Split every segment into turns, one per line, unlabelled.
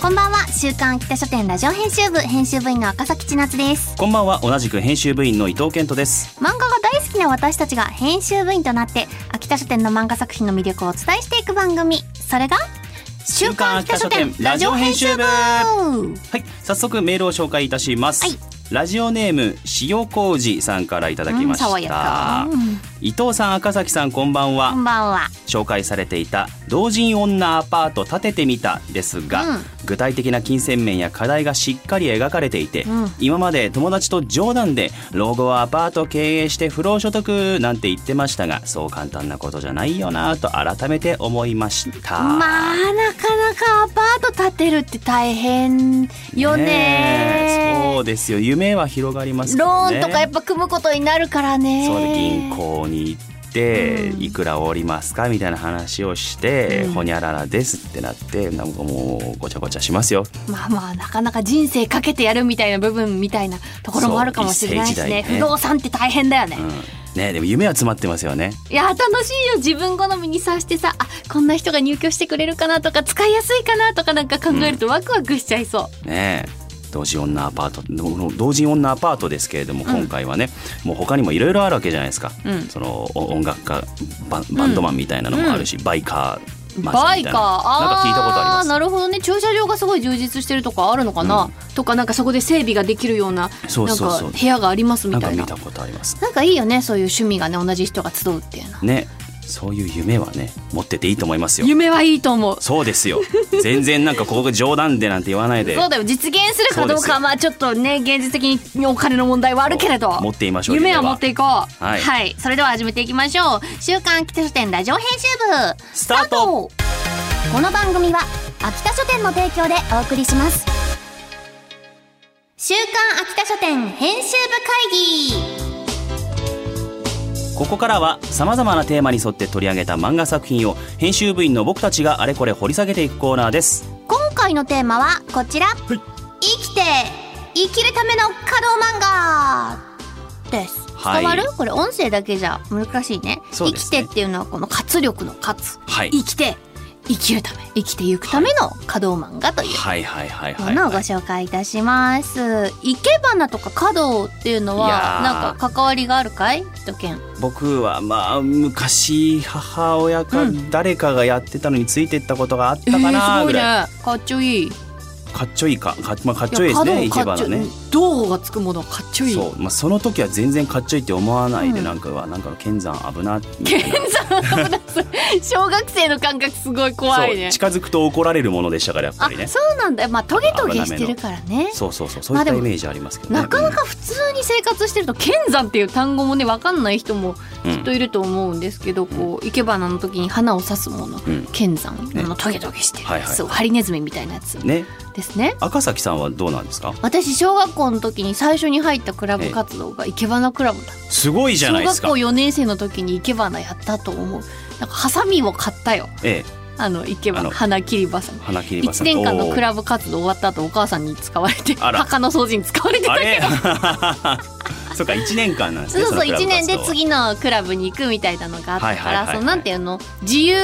こんばんは、週刊秋田書店ラジオ編集部編集部員の赤崎千夏です。
こんばんは同じく編集部員の伊藤健人です
漫画が大好きな私たちが編集部員となって秋田書店の漫画作品の魅力をお伝えしていく番組それが「週刊秋田書店ラジオ編集部」
はい早速メールを紹介いたします、
はい
ラジオネーム塩麹さんからいただきました、
うん爽やかうん
伊藤さん赤崎さんこんばんは、
こんばんは
紹介されていた同人女アパート建ててみたですが、
うん
具体的な金銭面や課題がしっかり描かれていて、
うん
今まで友達と冗談で老後はアパート経営して不労所得なんて言ってましたがそう簡単なことじゃないよなぁと改めて思いました。
まあなかなかアパート建てるって大変よね
えそうですよ夢は広がりますけ
ロ
どね
ーンとかやっぱ組むことになるからね
そうで銀行に行って、
うん
いくらおりますかみたいな話をして、
うん
ほにゃららですってなってなんかもうごちゃごちゃしますよ
まあまあなかなか人生かけてやるみたいな部分みたいなところもあるかもしれないし
そう一世
ね
一代ね
不動産って大変だよね、
うんねでも夢は詰まってますよね。
いや楽しいよ自分好みにさしてさあこんな人が入居してくれるかなとか使いやすいかなとかなんか考えるとワクワクしちゃいそう、
ね同人女アパートのの同人女アパートですけれども、今回はねもう他にもいろいろあるわけじゃないですか、
うん
そのお音楽家バンバンドマンみたいなのもあるし、バイカーマン
バ
さん
イ
み
カー
たいななんか聞いたことあります
ーなるほどね駐車場がすごい充実してるとかあるのかな、
うん
とかなんかそこで整備ができるような
そうそうそう
なんか部屋がありますみ
なん
た
か
いな
見たことあります
なんかいいよねそういう趣味がね同じ人が集うっていうのは
ねそういう夢はね持ってていいと思いますよ
夢はいいと思う
そうですよ全然なんかここが冗談でなんて言わないで
そうだよ実現するかどう
そうです
かは
よ
まあちょっとね現実的にお金の問題はあるけれど
持っていましょう
夢は持っていこうは、
はいい
それでは始めていきましょう「週刊秋田書店ラジオ編集部」
スタート
この番組は秋田書店の提供でお送りします週刊秋田書店編集部会議
ここからはさまざまなテーマに沿って取り上げた漫画作品を編集部員の僕たちがあれこれ掘り下げていくコーナーです
今回のテーマはこちら、生きて生きるための稼働漫画です
はい
伝わる、これ音声だけじゃ難しいね
そうで
生き
す
て
ね
っていうのはこの活力の活、
はい
生きて生きるため生きていくための稼働漫画という
はいはいはい
も
はい、
のをご
はい、
紹介いたします、生け花とか稼働っていうの
いや
は
ー
なんか関わりがあるかいとけん
僕はまあ昔母親か
うん
誰かがやってたのについてったことがあったかなぐらい、
すごいねかっちょいい
かっちょいいかか,、まあ、かっちょいいですね生け
かっち
花
ょい
ね
い銅がつくものはかっちょいい
そう、まあ、その時は全然かっちょいいって思わないで、
うん
なんかはなんか剣山危なみたい
健
な
さん友達小学生の感覚すごい怖い
そ
ね
う近づくと怒られるものでしたからやっぱ
あ
りね
そうなんだまあトゲトゲしてるからね
そうそうそうそういったイメージありますけどね、
なかなか普通に生活してると剣山っていう単語もね分かんない人も
うん、
きっといると思うんですけど、こう生け花の時に花を刺すもの
うん
剣山
ね
のトゲトゲしてる
はい
や
はい
つをハリネズミみたいなやつ
ね
ですね。
赤崎さんはどうなんですか
私小学校の時に最初に入ったクラブ活動が生け花クラブだった
すごいじゃ
小
ないで
学
すか
校4年生の時に生け花やったと思うなんかハサミを買ったよ
ええ
あの生け
あ
花
の
花切りばさみ
花切りば
1
さ
年間のク
ブ
ラブ活動終わった後お母さんに使われて
あら
墓の掃除に使われてた
あ
けど
れ そっか一年間なんです
そう
ね
そう
の
1
クラブ
年
活動
で
は
次のクラブに行くみたいなのがあったか
はいはいは
ら
いはい
そのなんていうの自由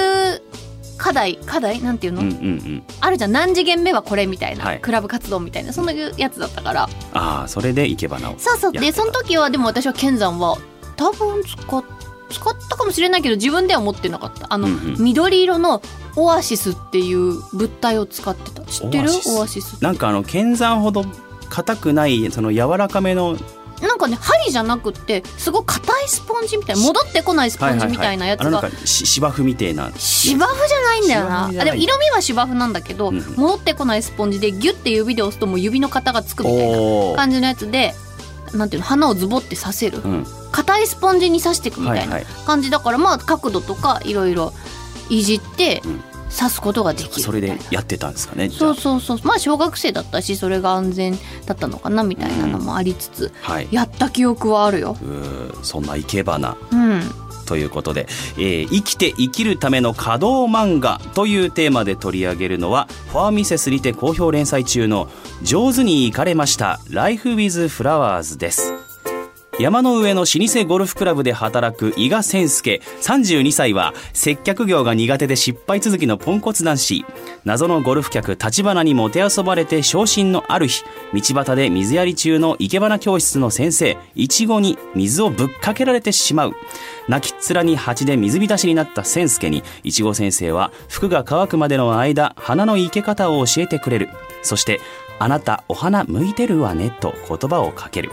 課題課題なんていうの、
うんうんうん
あるじゃん何次元目はこれみたいな、
はい
クラブ活動みたいなそんなやつだったから
ああそれで生け花を
そうそう
やって
で
た
その時はでも私は剣山は多分使っ使ったかもしれないけど自分では持ってなかったあの、
うんうん
緑色のオアシスっていう物体を使ってた知ってる
オアシス
オアシス
なんかあの剣山ほど硬くないその柔らかめの
なんかね針じゃなくってすごい硬いスポンジみたいな戻ってこないスポンジみたいなやつ
あのなん
が
かし芝生みてえな
芝生じゃないんだよな
芝生じゃ
あ
ない
でも色味は芝生なんだけど、
うん
戻ってこないスポンジでギュッて指で押すともう指の型がつくみたいな
おおー
感じのやつでなんていうの花をズボって刺せる
うん
硬いスポンジに刺していくみ
は
た
い
いな
はい
感じだから、まあ角度とかいろいろいじって、
うん
刺すことができる
それでやってたんですかねじゃ
そ
あ
うそうそうまあ小学生だったしそれが安全だったのかなみたいなのもありつつ、
はい
やった記憶はあるよ
うーそんな生け花
うん
ということで、えー生きて生きるための稼働漫画というテーマで取り上げるのはファーミセスにて好評連載中の上手に行かれましたライフウィズフラワーズです山の上の老舗ゴルフクラブで働く伊賀千介32歳は接客業が苦手で失敗続きのポンコツ男子謎のゴルフ客立花にもてあそばれて昇進のある日道端で水やり中の生け花教室の先生いちごに水をぶっかけられてしまう泣きっ面に蜂で水浸しになった千介にいちご先生は服が乾くまでの間花の生け方を教えてくれるそして「あなたお花向いてるわね」と言葉をかける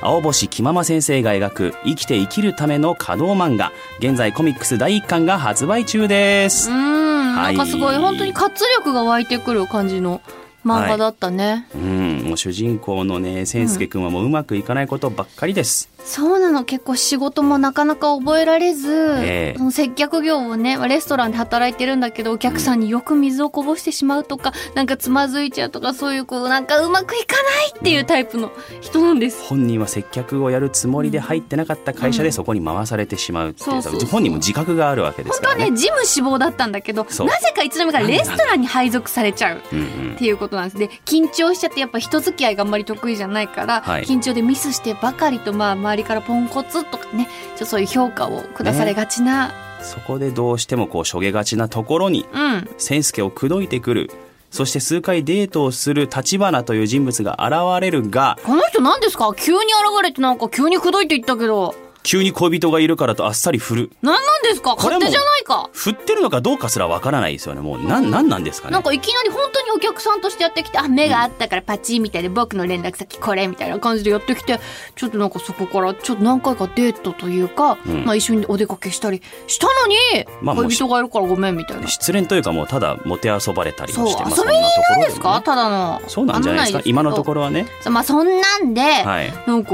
青星きまま先生が描く生きて生きるための稼働漫画現在コミックス第1巻が発売中です、
うんなんかすごい、
はい
本当に活力が湧いてくる感じの漫画だったね、
うん、もう主人公のね千介くんはもううまくいかないことばっかりです、
そうなの結構仕事もなかなか覚えられず、
ええ
その接客業をねレストランで働いてるんだけどお客さんによく水をこぼしてしまうとか、なんかつまずいちゃうとかそういうこうなんかうまくいかないっていうタイプの人なんです、
本人は接客をやるつもりで入ってなかった会社でそこに回されてしまうっていう,、
そうそうそう
本人も自覚があるわけです
本
か
当
ら
は
ね
ねジム志望だったんだけどな
そう
ぜかいつの間にかレストランに配属されちゃう
うんうん
っていうことなんですで緊張しちゃってやっぱ人付き合いがあんまり得意じゃないから、
はい
緊張でミスしてばかりと、まあ、周りからポンコツとかねちょっとそういう評価を下されがちな、
そこでどうしてもこうしょげがちなところに
うん
千介を口説いてくるそして数回デートをする立花という人物が現れるが
この人何ですか急に現れてなんか急に口説いていったけど
急に恋人がいるからとあっさり振る
何なんですか
これ
勝
も
手じゃないか
振ってるのかどうかすらわからないですよねもうなんなんなんですか
な
ね
んかいきなり本当にお客さんとしてやってきて「あ目があったからパチ」みたいで「僕の連絡先これ」みたいな感じでやってきてちょっとなんかそこからちょっと何回かデートというか、
うん
まあ、一緒にお出かけしたりしたのに、
まあもう
恋人がいるからごめんみたいな。
失恋というかもうただもてあそばれたり
そ
も
う
してます
遊びにいるんですか、
そん
ただの
なところでもねそうなんじゃないですか今のとこ
ろ
ろはね
まあそんなんで、
はい
なんか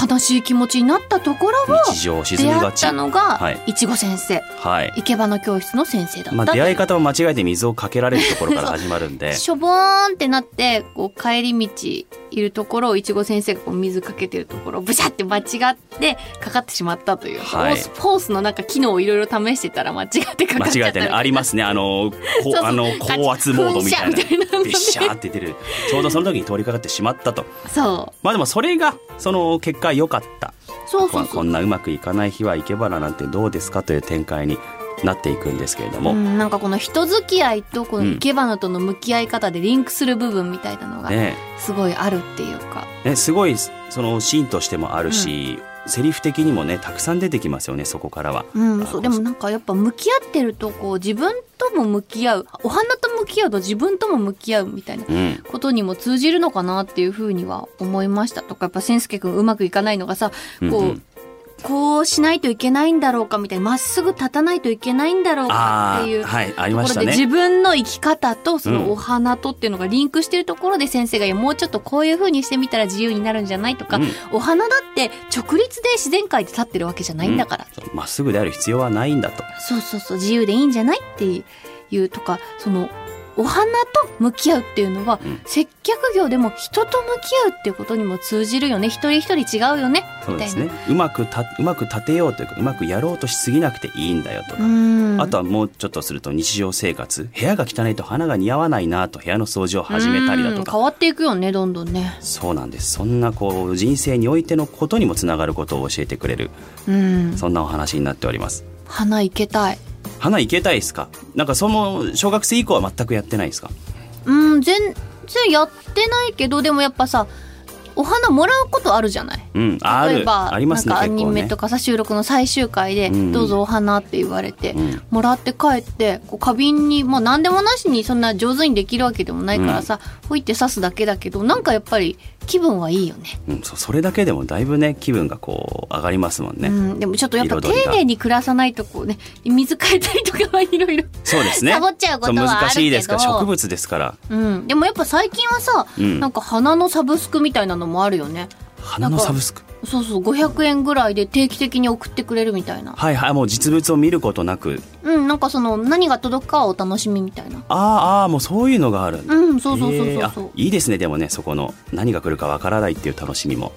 悲しい気持ちになったところを
日常沈
出
み
会
が
っ
ち
たのが、
はい
いちご先生
はい
いけばな教室の先生だった、
まあ、出会い方を間違えて水をかけられるとこ ろから始まるんで
しょぼーんってなってこう帰り道いるところをいちご先生がこう水かけてるところをブシャって間違ってかかってしまったという、
は
フォ
い
ースフォースのなんか機能をいろいろ試してたら間違ってかか
間
っちゃ
違
っ
え
た
てねありますねあのこう
そうそう
あの高圧モードみたいな
噴射みたいなのね
ビシャーって出るちょうどその時に通りかかってしまったと
そう
まあでもそれがその結果良かった
そうそ
こ
ううそ
こ
うん
なうまくいかない日はいけばななんてどうですかという展開になっていくんですけれども、
うん、なんかこの人付き合いとこの
うん
生け花との向き合い方でリンクする部分みたいなのが
ね
すごいあるっていうか、
ねすごいそのシーンとしてもあるし、セリフ的にもねたくさん出てきますよねそこからは。
うん、
あ
そう
こ
でもなんかやっぱ向き合ってるとこう自分とも向き合うお花と向き合うと自分とも向き合うみたいな
うん
ことにも通じるのかなっていうふうには思いましたとかやっぱ千介くんうまくいかないのがさこう、
うんうん
こうしないといけないんだろうかみたいなまっすぐ立たないといけないんだろうか
あ
っていう
あはいあり
と
ま
こ
し
ろ
た
で
ね。
自分の生き方とそ
うん
のお花とっていうのがリンクしてるところで先生がいやもうちょっとこういう風にしてみたら自由になるんじゃないとか、
うん
お花だって直立で自然界で立ってるわけじゃないんだから、
そうまっすぐである必要はないんだと。
そうそうそう自由でいいんじゃないっていうとかそのお花と向き合うっていうのは、
うん
接客業でも人と向き合うっていうことにも通じるよね一人一人違うよね
そうです
み
ね。うまくたうまく立てようというかうまくやろうとしすぎなくていいんだよと
う
か。
ん
あとはもうちょっとすると日常生活部屋が汚いと花が似合わないなと部屋の掃除を始めたりだ
うん
と
変
か
わっていくよねどんどんね
そうなんですそんなこう人生においてのことにもつながることを教えてくれる
うん
そんなお話になっております
花いけたい
花いけたいですかなんかその小学生以降は全くやってないですか
うん全然やってないけどでもやっぱさお花もらうことあるじゃない
うんあ
例え
る
ば
ありますね
なんかア
結
ニ
構
メ
ね
とかさ、収録の最終回で
うん
「どうぞお花」って言われて、
うん
もらって帰ってこう花瓶にもう何でもなしにそんな上手にできるわけでもないからさ、ほいって刺すだけだけどなんかやっぱり気分はいいよね
うん、そそれだけでもだいぶね気分がこう上がりますもんね、
うん、でもちょっとやっぱ丁
彩りが
寧に暮らさないとこうね水変えたりとかはいろいろ。
そうですね
サボっちゃうことはあるけど
そう難しいですから植物ですから
うん、でもやっぱ最近はさ、
うん
なんか花のサブスクみたいなのもあるよね
花のサブスク
そうそう500円ぐらいで定期的に送ってくれるみたいな
はいはいもう実物を見ることなく
うんなんかその何が届くかはお楽しみみたいな
あーあーもうそういうのがあるんだ
うんそうそうそう
へー
そう
あ
そう
いいですねでもねそこの何が来るかわからないっていう楽しみも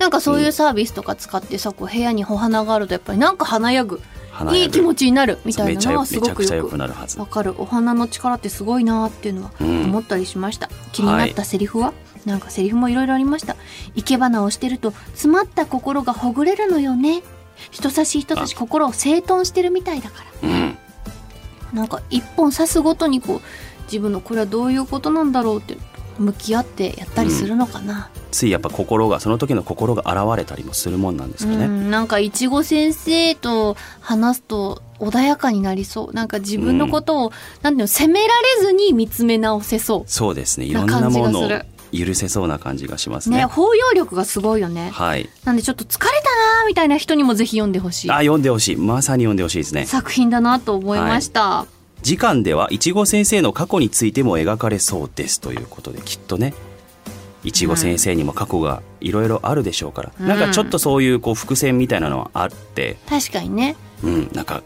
なんかそういうサービスとか使ってさこう部屋にお花があるとやっぱりなんか華やぐ
華
い
や
い
ぐ
気持ちになるみたい
めち
な
ゃ
の
よ
は
め
す
ち
ご
ゃ
く
くちゃ
よ
良く
く
なるはず
わかるお花の力ってすごいなーっていうのは
うん
思ったりしました、気になったセリフは、なんかセリフもいろいろありました生け花をしてると詰まった心がほぐれるのよね人差し人差し心を整頓してるみたいだから
うん
なんか一本刺すごとにこう自分のこれはどういうことなんだろうって向き合ってやったりするのかな、
ついやっぱ心がその時の心が現れたりもするもんなんです
う
か
ん
ね
なんかいちご先生と話すと穏やかになりそうなんか自分のことを、なんていうの責められずに見つめ直せそ
そうですねいろ
なん感
な
じが
も
する
のを許せそうな感じがします
うね
ね
包容力がすごいよね
はい
なんでちょっと疲れたなーみたいな人にもぜひ読んでほしい
あ読んでほしいまさに読んでほしいですね
作品だなと思いました、
時間ではいちご先生の過去についても描かれそうですということできっとねいちご先生にも過去がいろいろあるでしょうから、
うん
なんかちょっとそういうこう伏線みたいなのはあって、
確かにね
うん、なんか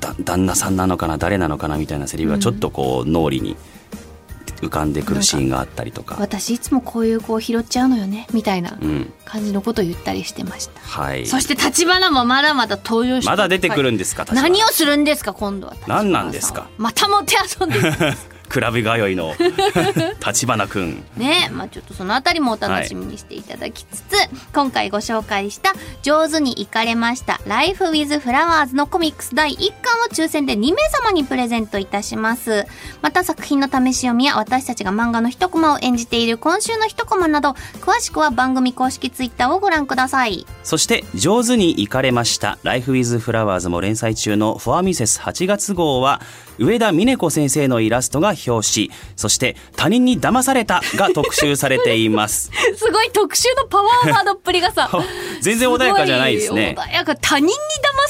だ旦那さんなのかな誰なのかなみたいなセリフがちょっとこう脳裏に浮かんでくるシーンがあったりとか。
私いつもこういう子を拾っちゃうのよねみたいな
うん
感じのことを言ったりしてました
はい、
そして立花もまだまだ登場して
まだ出てくるんですか確か
何をするんですか今度は
何なんですか
またもて遊んで る
クラブ通 いの立花くん
ねまあちょっとそのあたりもお楽しみにしていただきつつ、今回ご紹介した「上手にいかれましたライフウィズフラワーズのコミックス第1巻を抽選で2名様にプレゼントいたしますまた作品の試し読みや私たちが漫画の一コマを演じている今週の一コマなど詳しくは番組公式ツイッターをご覧ください
そして「上手にいかれました」「ライフ・ウィズ・フラワーズ」も連載中の「フォアミセス」8月号は上田美音子先生のイラストが表紙そして「他人に騙された」が特集されています
すごい特集のパワーワードっぷりがさ
全然穏やかじゃないですね
ごい穏やか他人に騙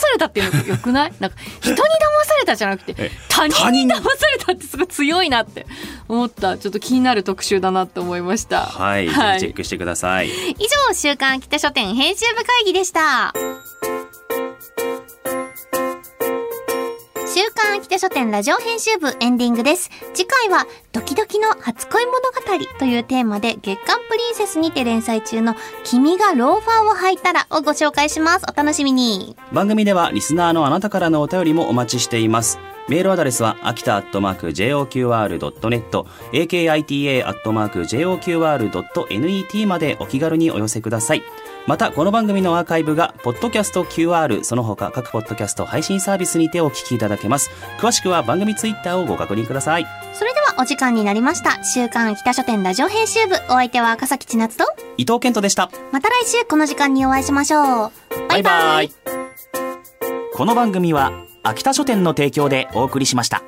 されたっていうのよくない なんか人に騙されたじゃなくて
え
他人に
他人に
騙されたってすごい強いなって思ったちょっと気になる特集だなって思いました
はい、ぜひチェックしてください
以上週刊秋田書店編集部会議でした週刊秋田書店ラジオ編集部エンディングです次回はドキドキの初恋物語というテーマで月刊プリンセスにて連載中の君がローファーを履いたらをご紹介しますお楽しみに
番組ではリスナーのあなたからのお便りもお待ちしていますメールアドレスは秋田アットマーク JOQR.net akita アットマーク JOQR.net までお気軽にお寄せくださいまたこの番組のアーカイブがポッドキャスト QR その他各ポッドキャスト配信サービスにてお聞きいただけます詳しくは番組ツイッターをご確認ください
それではお時間になりました。週刊秋田書店ラジオ編集部。お相手は赤崎千夏と、
伊藤健人でした
また来週この時間にお会いしましょう。
バイバイこの番組は秋田書店の提供でお送りしました